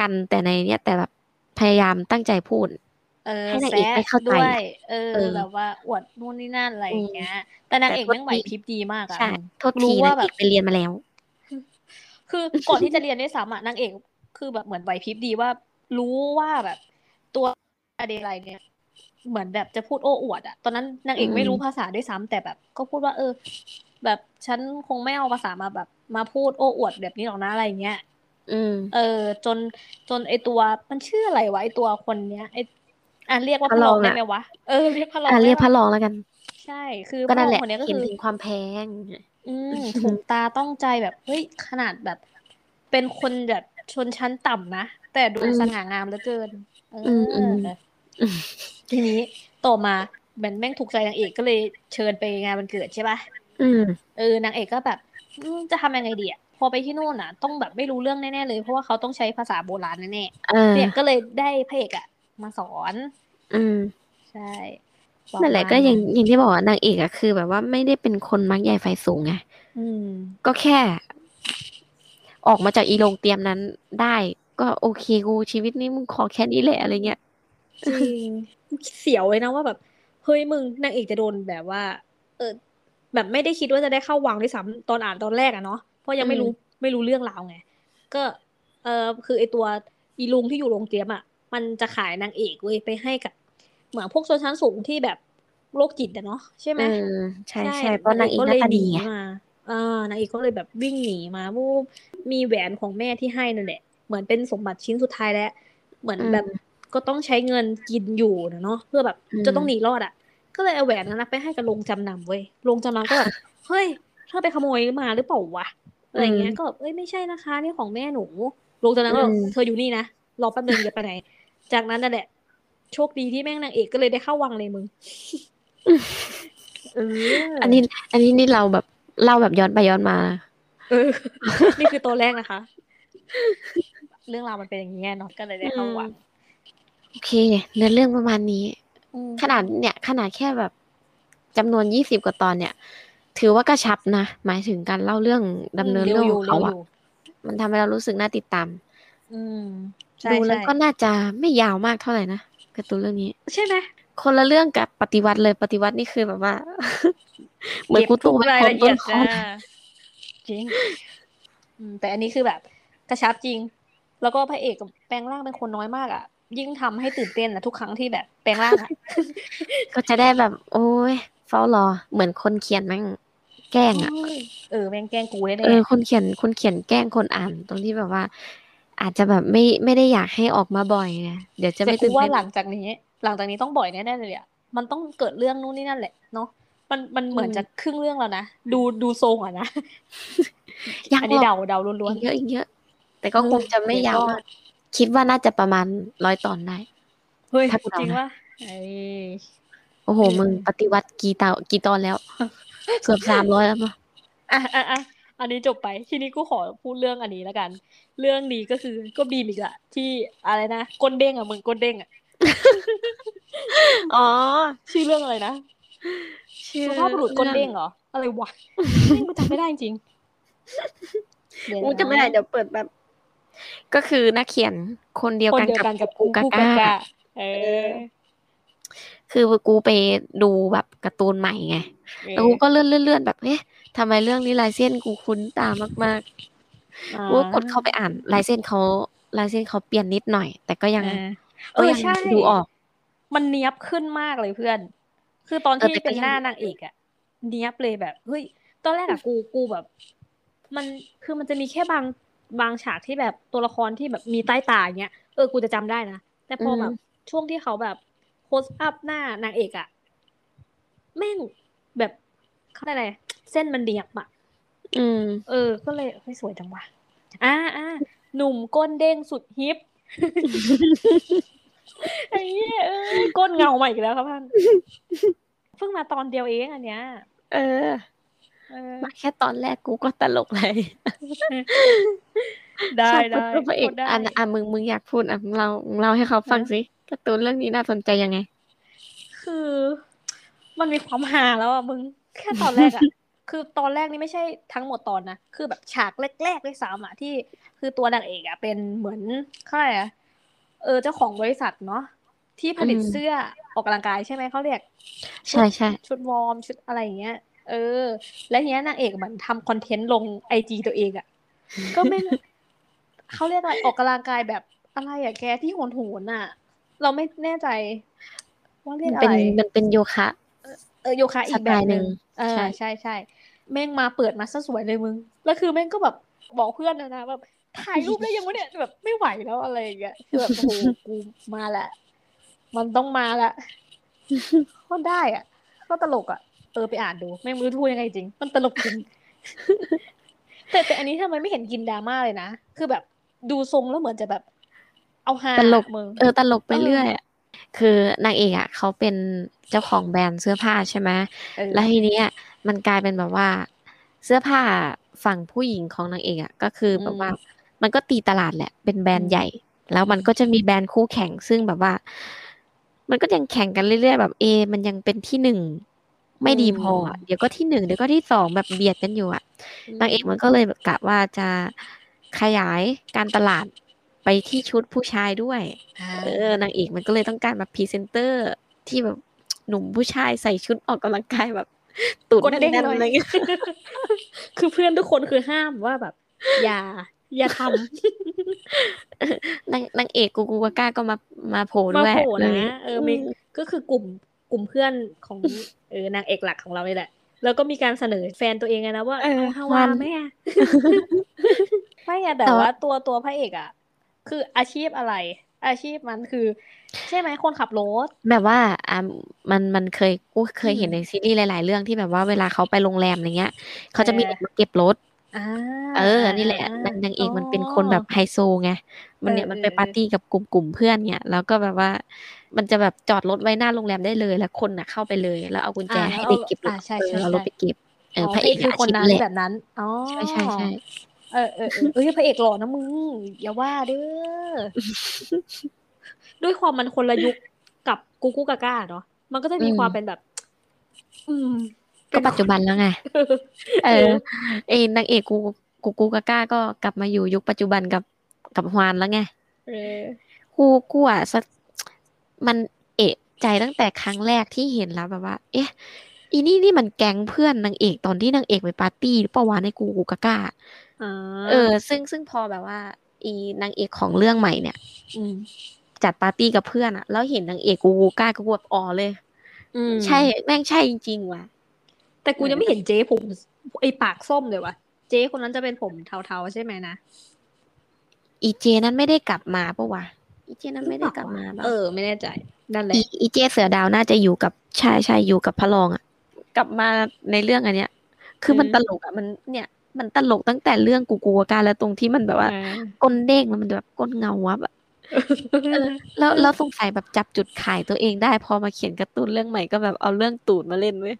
กันแต่ในเนี้ยแต่แบบพยายามตั้งใจพูด
เออ
ให้นางเอก
แซะ
ไม่เข้าใจ
ด้วย เอ
เอ
อ
อ
แบบว่าอวดนู่นนี่นั่นอะไรอย่างเงี้ย แต่นางเอก
แต่โทษ
แม่งไหว
ที
พริบดีมากอะ
ใช่
มึง
โทษ
รู้
ที
ว่า
นะ
แบบ
อีกไปเรียนมาแล้ว
คือก่อนที่จะเรียนด้วยซ้ำอะนางเอกคือแบบเหมือนไหวพริบดีว่า รู้ว่าแบบ ตัวอเดไรเนี่ย เหมือนแบบจะพูดโอ้อวดอะตอนนั้นนางเอก
อืม
ไม่รู้ภาษาด้วยซ้ำแต่แบบ ก็พูดว่า เออ แบบฉันคงไม่เอาภาษามาแบบ มาพูดโอ้อวดแบบนี้หรอกนะอะไรอย่างเงี้ย
อืม
เออ จนจนไอตัวมันชื่ออะไรวะไอตัวคนเนี้ยไออ่ะเรียกว่า
พ
พ
ระร
ระ
อ
รอง ง
อะ
ได้ไหมวะเออเรียกพระรอง
อ่ะ
ได้
เรียก
ปะ
พระรองแล้วกัน
ใช่ คือ
ก็นั่นแห
พ่อ
ละ
คนเนี้ยก็
เห็น
คือ
ถึงความแพง
อืมถุงตาต้องใจแบบเฮ้ยขนาดแบบ เป็นคนแบบชนชั้นต่ำนะ แต่ดู
อืม
สง่างามเหลือเกินเออ
มอืมอืม
ทีนี้ต่อมาแม่งแม่งถูกใจนางเอกก็เลยเชิญไปงานวันเกิดใช่ปะ
อืม
เออนางเอกก็แบบอืมจะทำยังไงดีอะพอไปที่นู่นน่ะ ต้องแบบไม่รู้เรื่องแน่ๆเลย เพราะว่าเขาต้องใช้ภาษาโบราณแน่
เอ
ๆ
อ
เนี่ยก็เลยได้พระเอกอะมาสอน
อืม
ใช่
นั่นแหละ
ปร
ก็
มาณ
อย่างอย่างที่บอกว่านางเอกอะคือแบบว่าไม่ได้เป็นคนมักใหญ่ไฟสูงไง
อืม
ก็แค่ ออกมาจากอีโรงเตรียมนั้นได้ ก็โอเคกูชีวิตนี้มึงขอแค่นี้แหละอะไรเงี้ย
จริงเสียวเลยนะว่าแบบ เฮ้ยมึงนางเอกจะโดนแบบว่า เออแบบไม่ได้คิดว่าจะได้เข้าวังด้วยซ้ำตอนอ่านตอนแรกอะเนาะเพราะยังไม่
อืม
รู้ไม่รู้เรื่องราวไง ก็เออคือไอตัวอีลุงที่อยู่โรงเตรียมอะมันจะขายนางเอกเว้ยไปให้กับ เหมือนพวกชนชั้นสูงที่แบบโรคจิตอะเนาะใช่ไหม
เออใช่ใช่เพราะนางเอกหน้าตาดีไง
มาเออนางเอกก็เลยแบบวิ่งหนีมาวูบมีแหวนของแม่ที่ให้นั่นแหละ เหมือนเป็นสมบัติชิ้นสุดท้ายแล้ว เหมือน
อืม
แบบก็ต้องใช้เงินกินอยู่นะเนาะเพื่อแบบ
อืม
จะต้องหนีรอดอ่ะ ก็เลยเอาแหวนนั้นนะไปให้กับโรงจำนำเว้ยโรงจำนำก็ แบบ เฮ้ยเธอไปขโมยมาหรือเปล่าวะอะไรเงี้ยก็แบบเอ้ยไม่ใช่นะคะนี่ของแม่หนูโรงจำนำก็บอก
อืม
เธออยู่นี่นะรอแป๊บนึงอย่าไปไหน จากนั้นนั่นแหละ โชคดีที่แม่งนางเอกก็เลยได้เข้าวังเลยมึงเอออั
อันนี้ อันนี้นี่เราแบบเล่าแบบย้อนไปย้อนมานะ
เออ นี่คือตัวแรกนะคะ เรื่องราวมันเป็นอย่างนี้ไงเนาะก็เลยได้เข้าวัง
โอเคเนื้อเรื่องประมาณนี้
อืม
ขนาดเนี่ย ขนาดแค่แบบจำนวนยี่สิบกว่าตอนเนี่ย ถือว่ากระชับนะ หมายถึงการเล่าเรื่องดำเนินเรื่องของเขาอะ
ร็วยู่ร็วยู่
มันทำให้เรารู้สึกน่าติดตาม
อืมใช่
ดูแล้ว
ใช่
ก็น่าจะไม่ยาวมากเท่าไหร่นะการ์ตูนเรื่องนี้
ใช่ไหม
คนละเรื่องกับปฏิวัติเลยปฏิวัตินี่คือแบบว่า เหมือน
ก็บ
กู
ทุ
ตูไป
ราย
คน
ละ
ต้
เอีย
น
ด
คอ
จ้าน จริงอืมแต่อันนี้คือแบบ กระชับจริง แล้วก็พระเอกแปลงร่างเป็นคนน้อยมากอ่ะ ยิ่งทำให้ตื่นเต้นนะทุกครั้งที่แบบแปลงร่างอ่ะ
ก็จะได้แบบ โอ้ยเฝ้ารอ เหมือนคนเขียนแม่งแกล้งอะ
เออแม่งแกล้งกูแน่
เออคนเขียนคนเขียนแกล้งคนอ่านตรงที่แบบว่า อาจจะแบบไม่ไม่ได้อยากให้ออกมาบ่อยไงเดี๋ยว
ๆ
จะ
แต่
ไม่
กู
ตื่น
ว่า
เต้น
หลังจากนี้ หลังจากนี้ต้องบ่อยแน่ๆเลยอ่ะมันต้องเกิดเรื่องนู่นนี่นั่นแหละเนาะมันมันเหมือน
อืม
จะครึ่งเรื่องแล้วนะดูดูทรงอ่ะนะ
ยัง
อัน
หร
นี้
อก
เดาเดาล้วน
อีกเยอะอีกเยอะ แต่ก็คงจะ
เดี๋ยวย
ไม่าว
ก็
มากคิดว่าน่าจะประมาณร้อยตอนได้
ๆเฮ้ย
ถ้ากูเดา
จริงว่าไอ้ย
โอ้โห
อืม
มึงปฏิวัติกี่ตากี่ตอนแล้ว เกือบสามร้อยแล้วมั้ง
อ่ะอ่ะอ่ะอันนี้จบไปทีนี้กูขอพูดเรื่องอันนี้แล้วกัน เรื่องนี้ก็คือก็บีมอีกละที่อะไรนะก้นเด้งอ่ะมึงก้นเด้งอ่ะ
อ๋อ
ชื่อเรื่องอะไรนะ
ชื่อ
สุภาพบุรุษก้นเด้งเหรออะไรวะไม่งกูจำไม่ได้จริงเดี๋ยว
กู
นะ
จะไม่ได้เดี๋ยวเปิดแบบ ก็คือนักเขียนคนเดียว
คน
กัน
เดียว
กับ
กันกับ
กู
กู
กา
กูกา
ก้า
กาเอ
เอ
อ
อ คือกูไปดูแบบการ์ตูนใหม่ไง
เอ
แล้วกูก็เลื่อนเลื่อนเลื่อนแบบ เอ๊ะทำไมเรื่องนี้ลายเส้นกูคุ้นตามาก
อ่า
ๆกูก็กดเข้าไปอ่านลายเส้นเขาลายเส้นเขาเปลี่ยนนิดหน่อย แต่ก็ยัง
อ่าเอ
ก็
อ
ยัง
ใช่
ดูออก
มันเนี้ยบขึ้นมากเลยเพื่อน คือตอน
เออ
ที่
แต่ก็
เป็น
ยัง
หน้านางเอกอะเนี้ยบเลยแบบเฮ้ยตอนแรกอะกูกูแบบ มันคือมันจะมีแค่บางบางฉากที่แบบตัวละครที่แบบมีใต้ตาอย่างเงี้ยเออกูจะจำได้นะแต่พอแบบช่วงที่เขาแบบโพสอัพหน้านางเอกอะแม่งแบบเขาเรียกอะไรเส้นมันเนียบอะ
อืม
เออ ก็เลยเฮ้ยสวยจังวะอ่าอ่าหนุ่มก้นเด้งสุดฮิป ไอ้เหี้ยเอ้ยก้นเงามาอีกแล้วครับท่าน เพิ่งมาตอนเดียวเองอันเนี้ย
เออ
เออ
มาแค่ตอนแรกกูก็ตลกเลย
ได้
ชอบ
ได้
พระเอก
โคตรได้
อ่ะอ่ะมึงมึงอยากพูดอ่ะมึงเรามึงเล่าให้เขาฟัง
นะ
สิการ์ตูนเรื่องนี้น่าสนใจยังไง
คือ มันมีความฮาแล้วอ่ะมึงแค่ตอนแรกอ่ะ คือตอนแรกนี่ไม่ใช่ทั้งหมดตอนนะ คือแบบฉากแรกๆด้วยซ้ำอ่ะที่คือตัวนางเอกอ่ะเป็นเหมือนเขาเรียกอะไรอะเออเจ้าของบริษัทเนาะที่ผลิต
อืม
เสื้อออกกำลังกายใช่ไหมเขาเรียก
ใช่ใช่
ชุดวอร์มชุดอะไรอย่างเงี้ย เออ แล้วทีเนี้ยนางเอกเหมือนทำคอนเทนต์ลงไอจีตัวเองอะ่ะ ก็ไม่ง เขาเรียกอะไรออกกำลังกายแบบอะไรอะแกที่โหนโหนอ่ะ เราไม่แน่ใจ ว่าเรี
มั
ย
น
กอะ
เป็น
ไร
มันเป็นโยคะ
เออโยคะอีกแบบหนึ่งเออ
ใช่
ใช่ใช่ใช่แม่งมาเปิดมาซะสวยเลยมึง แล้วคือแม่งก็แบบบอกเพื่อนนะนะแบบถ่ายรูปได้ยังวะเนี่ยแบบไม่ไหวแล้วอะไรอย่างเงี้ยคือแบบโอ้โหกูมาละมันต้องมาละก็ได้อ่ะ ก็ตลกอ่ะ อไปอ่านดูไม่งไม่รู้จะพูดยังไงจริง มันตลกจริง แต่แต่อันนี้ทำไมไม่เห็นกินดราม่าเลยนะ คือแบบดูทรงแล้วเหมือนจะแบบ เอาฮา
ตลก
มึง
เออตลกไป
เออ
เรื่อยอะคือนางเอกอ่ะเขาเป็นเจ้าของแบรนด์เสื้อผ้าใช่ไหม
เออ
แล้วทีเนี้ยมันกลายเป็นแบบว่า เสื้อผ้าฝั่งผู้หญิงของนางเอกอ่ะก็คือแบบว่า มันก็ตีตลาดแหละ เป็นแบรนด์ใหญ่ แล้วมันก็จะมีแบรนด์คู่แข่งซึ่งแบบว่า มันก็ยังแข่งกันเรื่อยๆแบบเอ มันยังเป็นที่หนึ่งไม่ดีพออะเดี๋ยวก็ที่หนึ่งเดี๋ยวก็ที่สองแบบเบียดกันอยู่อ่ะ นางเอกมันก็เลยแบบกะว่าจะขยายการตลาดไปที่ชุดผู้ชายด้วย
อ่า
เออนางเอกมันก็เลยต้องการแบบพรีเซนเตอร์ที่แบบหนุ่มผู้ชายใส่ชุดออกกำลังกายแบบ ตูด
กดเด้ง
แน่น
ห
ๆ
น่อย
อะไรเงี้ย
คือเพื่อนทุกคนคือห้ามว่าแบบ อย่า อย่าท
นางนางเอกกูกูกาก้าก็มามาโผล่
ำมา
ด้วย
โผล่
อะไร
นะ
เงี้ย
เออมีก็คือกลุ่มกลุ่มเพื่อนของเออนางเอกหลักของเรานี่แหละ แล้วก็มีการเสนอแฟนตัวเองอะนะว่า
เออ
ฮา
วั
วาน ไหมอะ ไม่อะ แต่
แต่ว่า
ว่าตัวตัวพระเอกอะคืออาชีพอะไร อาชีพมันคือ ใช่ไหมคนขับรถ
แบบว่าอ่ะมันมันเคยกูเคย
อืม
เห็นในซีรีส์หลาย ๆ เรื่องที่แบบว่าเวลาเขาไปโรงแรมอะไรเงี้ยเขาจะมี
เออ
เด็กมาเก็บรถ
อ่า
เออ นี่แหละ
อ่
นางนางเอกมัน
อ
เป็นคนแบบไฮโซไง มันเนี่ย
เออ
มันไป
เออ
ปาร์ตี้กับกลุ่มกลุ่มเพื่อนเนี่ย แล้วก็แบบว่า มันจะแบบจอดรถไว้หน้าโรงแรมได้เลย แล้วคนน่ะเข้าไปเลย แล้วเอากุญแจให้เด็กเก็บรถ
อ่าใช่
เออ
ใช่
เอารถ
ใช่
ไปเก็บ เออ
อ
พระเอก
คื
อะ
อคน
ชิด
นั้น
แหละ
แบบนั้นอ๋อ
ใช่ใช่ใช่
เออเออเออเอ้ยพระเอกหล่อนะมึงอย่าว่าเด้อ ด้วยความมันคนละยุคกับกูกูกาก้าเนาะมันก็จะมี
อืม
ความเป็นแบบ อืม
ก็ปัจจุบันแล้วไง เอ
เอ
อ
อ
เอยนางเอกกูกูกูกาก้าก็กลับมาอยู่ยุคปัจจุบันกับกับฮวานแล้วไง
เออ
กูกูอ่ะสะมันเอะใจตั้งแต่ครั้งแรกที่เห็นแล้วแบบว่า เอ๊ะ อีนี่นี่มันแก๊งเพื่อนนางเอกตอนที่นางเอกไปปาร์ตี้หรือเปล่าวะในกูกูกาก้า
อ่า
เออ ซึ่งซึ่งพอแบบว่า อีนางเอกของเรื่องใหม่เนี่ย
อืม
จัดปาร์ตี้กับเพื่อนอะแล้วเห็นนางเอกกูกูก้าก็แบบอ๋อเลย
อืม
ใช่แม่งใช่จริงๆว่ะ
แต่กูยังไม่เห็นเจ๊ผมไอปากส้มเลยว่ะเจ๊คนนั้นจะเป็นผมเทาๆใช่ไหมนะ
อีเจนั้นไม่ได้กลับมาปะวะอีเจนั้นไม่ได้กลับมาปะ
เออ ไม่แน่ใจนั่นแหละ
อีอีเจเสือดาวน่าจะอยู่กับใช่ใช่อยู่กับพระรองอะกลับมาในเรื่องอันเนี้ย คือมัน
อืม
ตลกอะมันเนี่ย มันตลกตั้งแต่เรื่องกูกูกาแล้วตรงที่มันแบบว่า
เออ
ก้นเด้งแล้วมันแบบก้นเงาวับอะแล้วแล้วสงสัยแบบจับจุดขายตัวเองได้ พอมาเขียนการ์ตูนเรื่องใหม่ก็แบบเอาเรื่องตูดมาเล่นเว้ย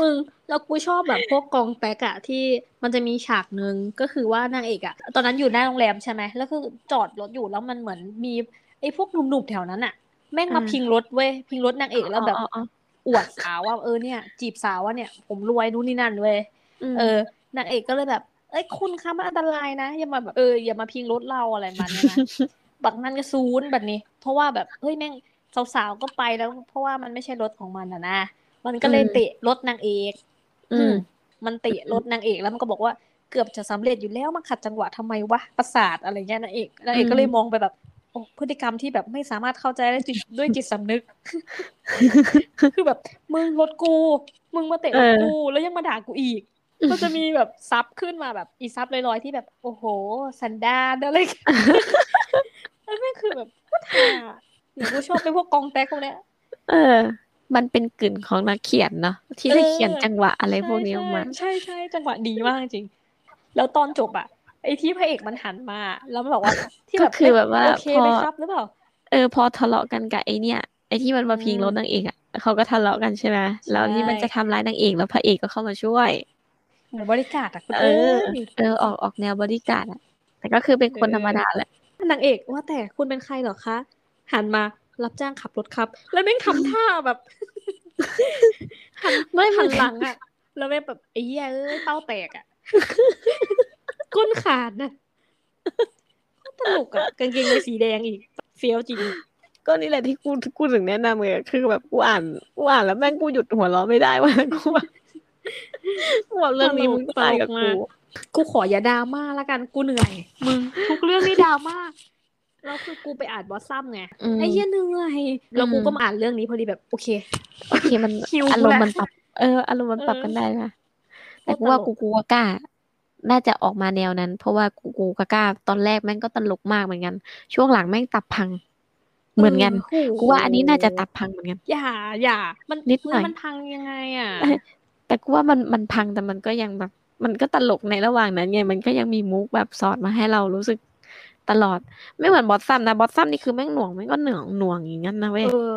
มึงแล้วกูชอบแบบพวกกองแป๊กอะที่มันจะมีฉากหนึ่งก็คือว่านางเอกอะตอนนั้นอยู่หน้าโรงแรมใช่ไหมแล้วคือจอดรถอยู่แล้วมันเหมือนมีไอ้พวกหนุ่มๆแถวนั้นอะแม่งมา
อ่า
พิงรถเว้ยพิงรถนางเอกแล้วแบบ
อ๋ออ๋อ
อวดสาวว่าเออเนี่ย จีบสาวว่าเนี่ย ผมรวยนู่นนี่นั่นเว้ย
อืม
เออนางเอกก็เลยแบบ เอ้ยคุณคะมันอันตรายนะอย่ามาแบบเอออย่ามาพิงรถเราอะไรมันเนี่ยนะ บักนั้นก็ซูนแบบนี้ เพราะว่าแบบเฮ้ยแม่งสาวๆก็ไปแล้ว เพราะว่ามันไม่ใช่รถของมันอะนะมันก็เลยเตะรถนางเอก
อืม
มันเตะรถนางเอกแล้วมันก็บอกว่าเกือบจะสำเร็จอยู่แล้วมันขัดจังหวะทำไมวะประสาทอะไรเงี้ยนางเอกนางเอก
อืม
ก็เลยมองไปแบบโอ้พฤติกรรมที่แบบไม่สามารถเข้าใจได้จิตด้วยจิตสำนึก คือแบบ มึงรถกู มึงมาเตะรถกูแล้วยังมาด่ากูอีก ก็จะมีแบบซับขึ้นมาแบบอีซับลอยๆที่แบบ โอ้โห สันดานอะไรเงี้ย แล้วแม่งคือแบบก็ท่าหนูชอบไปพวกกองแตกพวกเนี้ย
เออ มันเป็นกลิ่นของนักเขียนเนาะที่ได้เขียน
เออ
จังหวะอะไรพวกนี้ออกมา
ใช่ใช่ใช่จังหวะดีมากจริง แล้วตอนจบอะไอ้ที่พระเอกมันหันมา แล้วมันบอกว่า ที่แบบ
ก็คือแบบว่า
โอเคไหม
พอ
ครับหรือเปล่า
เออพอทะเลาะกันกับไอเนี่ยไอที่มันมาพิงรถ
อืม
นางเอกอ่ะเขาก็ทะเลาะกันใช่ไหมแล้วที่มัน
ใช่
จะทำร้ายนางเอกแล้วพระเอกก็เข้ามาช่วย
เหมือนบริการดอะคุณ
เออ
ย
เออออกออกแนวบอดี้การ์ดอะแต่ก็คือเป็นคนธรรมดาแหละ
นางเอกว่าแต่คุณเป็นใครเหรอคะ หันมารับจ้างขับรถครับ แล้วแม่งทำท่าแบบ
ไม่มั
หั
น
นหลังอะแล้วแม่งแบบไอ้เหี้ยเอ้ยเป้าแตกอะ ก้นขาดนะก็ตลกอะกางเกงในสีแดงอีกเฟี้ยวจริง
ก็นี่แหละที่กูกูถึงแนะนำเลยคือแบบกูอ่านกูอ่านแล้วแม่งกูหยุดหัวเราะ ไม่ได้ว่ากูแบบกูบอกเรื่องนี้มึงต้องอ่านกับกู
กูขออย่าดราม่าละกันกูเหนื่อย มึงทุกเรื่องนี่ดราม่าแล้วคือกูไปอ่านบอสซัมไง
อืม
ไอ้เหี้ยเหนื่อยแล้วกู
อืม
ก็มาอ่านเรื่องนี้พอดีแบบโอเค
โอเคมัน
หิว
อารมณ์
แล้ว
มันปรับ เอออารมณ์มัน
เออ
ปรับกันได้นะแต่กู
โคตร
ว่า
ตลก
กูกูกล้า น่าจะออกมาแนวนั้น เพราะว่ากูกูกล้าตอนแรกแม่งก็ตลกมากเหมือนกัน ช่วงหลังแม่งตับพัง เหมือนกัน
โโ
กูว่าอันนี้น่าจะตับพังเหมือนกัน
อย่าอย่า มัน
นิดหน่อย
มันพังยังไงอ่ะ
แต่กูว่ามันมันพังแต่มันก็ยังแบบ มันก็ตลกในระหว่างนั้นไงมันก็ยังมีมุกแบบสอดมาให้เรารู้สึกตลอด ไม่เหมือนบอสซัมนะบอสซัมนี่คือแม่งหน่วงแม่งก็เหนื่องหน่วงอย่างนั้นนะเว้ย
เออ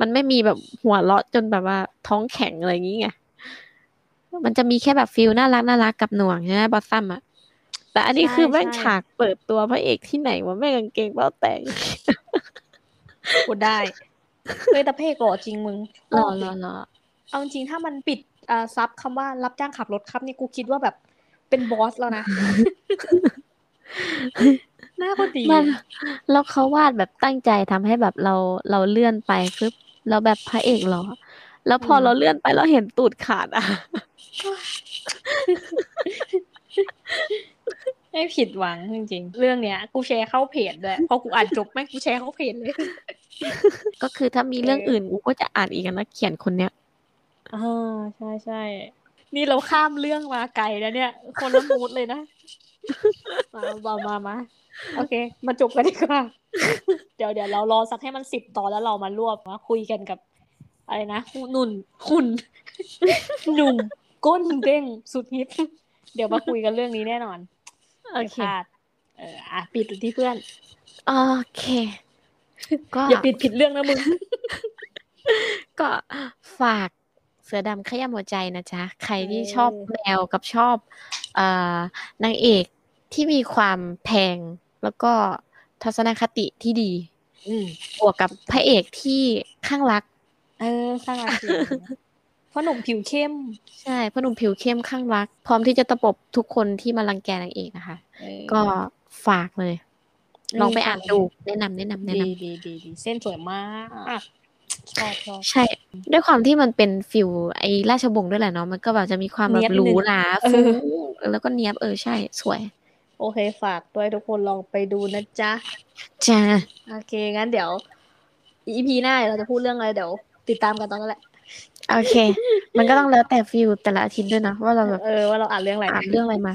มันไม่มีแบบหัวเราะจนแบบว่าท้องแข็งอะไรอย่างงี้ไงมันจะมีแค่แบบฟิลน่ารักน่ารักกับหน่วงใช่ไหมบอสซัมอะแต่อันนี้
ใช่
คือแม่ง
ใช่
ฉากเปิดตัวพระเอกที่ไหนวะแม่งกางเกงเป้าแตก
กดได้เฮ้ยแต่เพกหล่อจริงมึง
รอรอรอ
เอาจริงๆถ้ามันปิดอ่าซับคำว่ารับจ้างขับรถครับนี่กูคิดว่าแบบเป็นบอสแล้วนะ หน้าก็ดี
มันแล้วเขาวาดแบบตั้งใจทำให้แบบเราเราเลื่อนไปปึ๊บเราแบบพระเอกเหรอ แล้วพอเราเลื่อนไปเราเห็นตูดขาดอ่ะ
ไม่ผิดหวังจริงๆ เรื่องเนี้ย กูแชร์เข้าเพจด้วยพอกูอ่านจบแม่งกูแชร์เข้าเพจเลย
ก็คือถ้ามีเรื่อง
เอออื่
อื่นกูก็จะอ่านอีกนะเขียนคนเนี้ย
อ่าใช่ใช่นี่เราข้ามเรื่องมาไกลแล้วเนี่ย คนละมูดเลยนะ มามามามาโอเค มาจบกันดีกว่า เดี๋ยวเดี๋ยวเรารอสักให้มันสิบตอนแล้วเรามารวบมาคุยกันกับ อะไรนะหุ่นหุ่น หนุ่ม ก้นเด้งสุดฮิตเดี๋ยวมาคุยกันเรื่องนี้แน่นอน
โอเค
ย่าพลาดเอออ่ะปิดที่เพื่อน
โอเค ก็
อย่าปิดผิดเรื่องนะมึง
ก็ฝากเสือดำขย้ำหัวใจนะจ๊ะ ใครที่
เออ
ชอบแมวกับชอบเอ่อนางเอกที่มีความแพงแล้วก็ทัศนคติที่ดี
อืม
บวกกับพระเอกที่ข้างรัก
เออสร้างอาชีพเพราะหนุ่มผิวเข้ม
ใช่พ่อหนุ่มผิวเข้มข้างรัก พร้อมที่จะตะปบทุกคนที่มารังแกนางเอกนะคะ
เออ
ก็ฝากเลย
อืม
ลองไปอ่านดู แนะนำแนะนำแนะ
ดี
นำ
ดีดีดีเส้นสวยมากชอบชอบ
ใช่ ด้วยความที่มันเป็นฟิลไอ้ราชบงศ์ด้วยแหละเนาะมันก็แบบจะมีความแบ
เนี๊
บ
ยบ
ห
นิด
รู
นึง
หรา
เอ
ฟุ้
อ
งแล้วก็เนียบเออใช่ สวย
โอเคฝากด้วยทุกคนลองไปดูนะจ๊ะ
จ้า
โอเค งั้นเดี๋ยว อีพีหน้าเดี๋ยวเราจะพูดเรื่องอะไรเดี๋ยว ติดตามกันตอนนั้นแหละ
โอเค มันก็ต้องแล้วแต่ฟิลแต่ละอาทิตย์ด้วยนะว่าเราแบบ
เออว่าเราอ่านเรื่องอะไร
อ่านเรื่องอะไรมา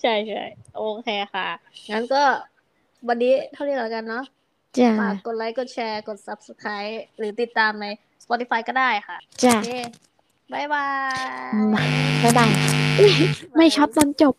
ใช่ใช่โอเคค่ะ งั้นก็วันนี้เท่านี้แล้วกันเนาะ
จ้า
ฝากกดไลค์กดแชร์กด subscribe หรือติดตามใน Spotify ก็ได้ค่ะ
จ้า
โอเคบายบาย
บ๊ายบายอุ๊ยไม่ช็อตตอนจบ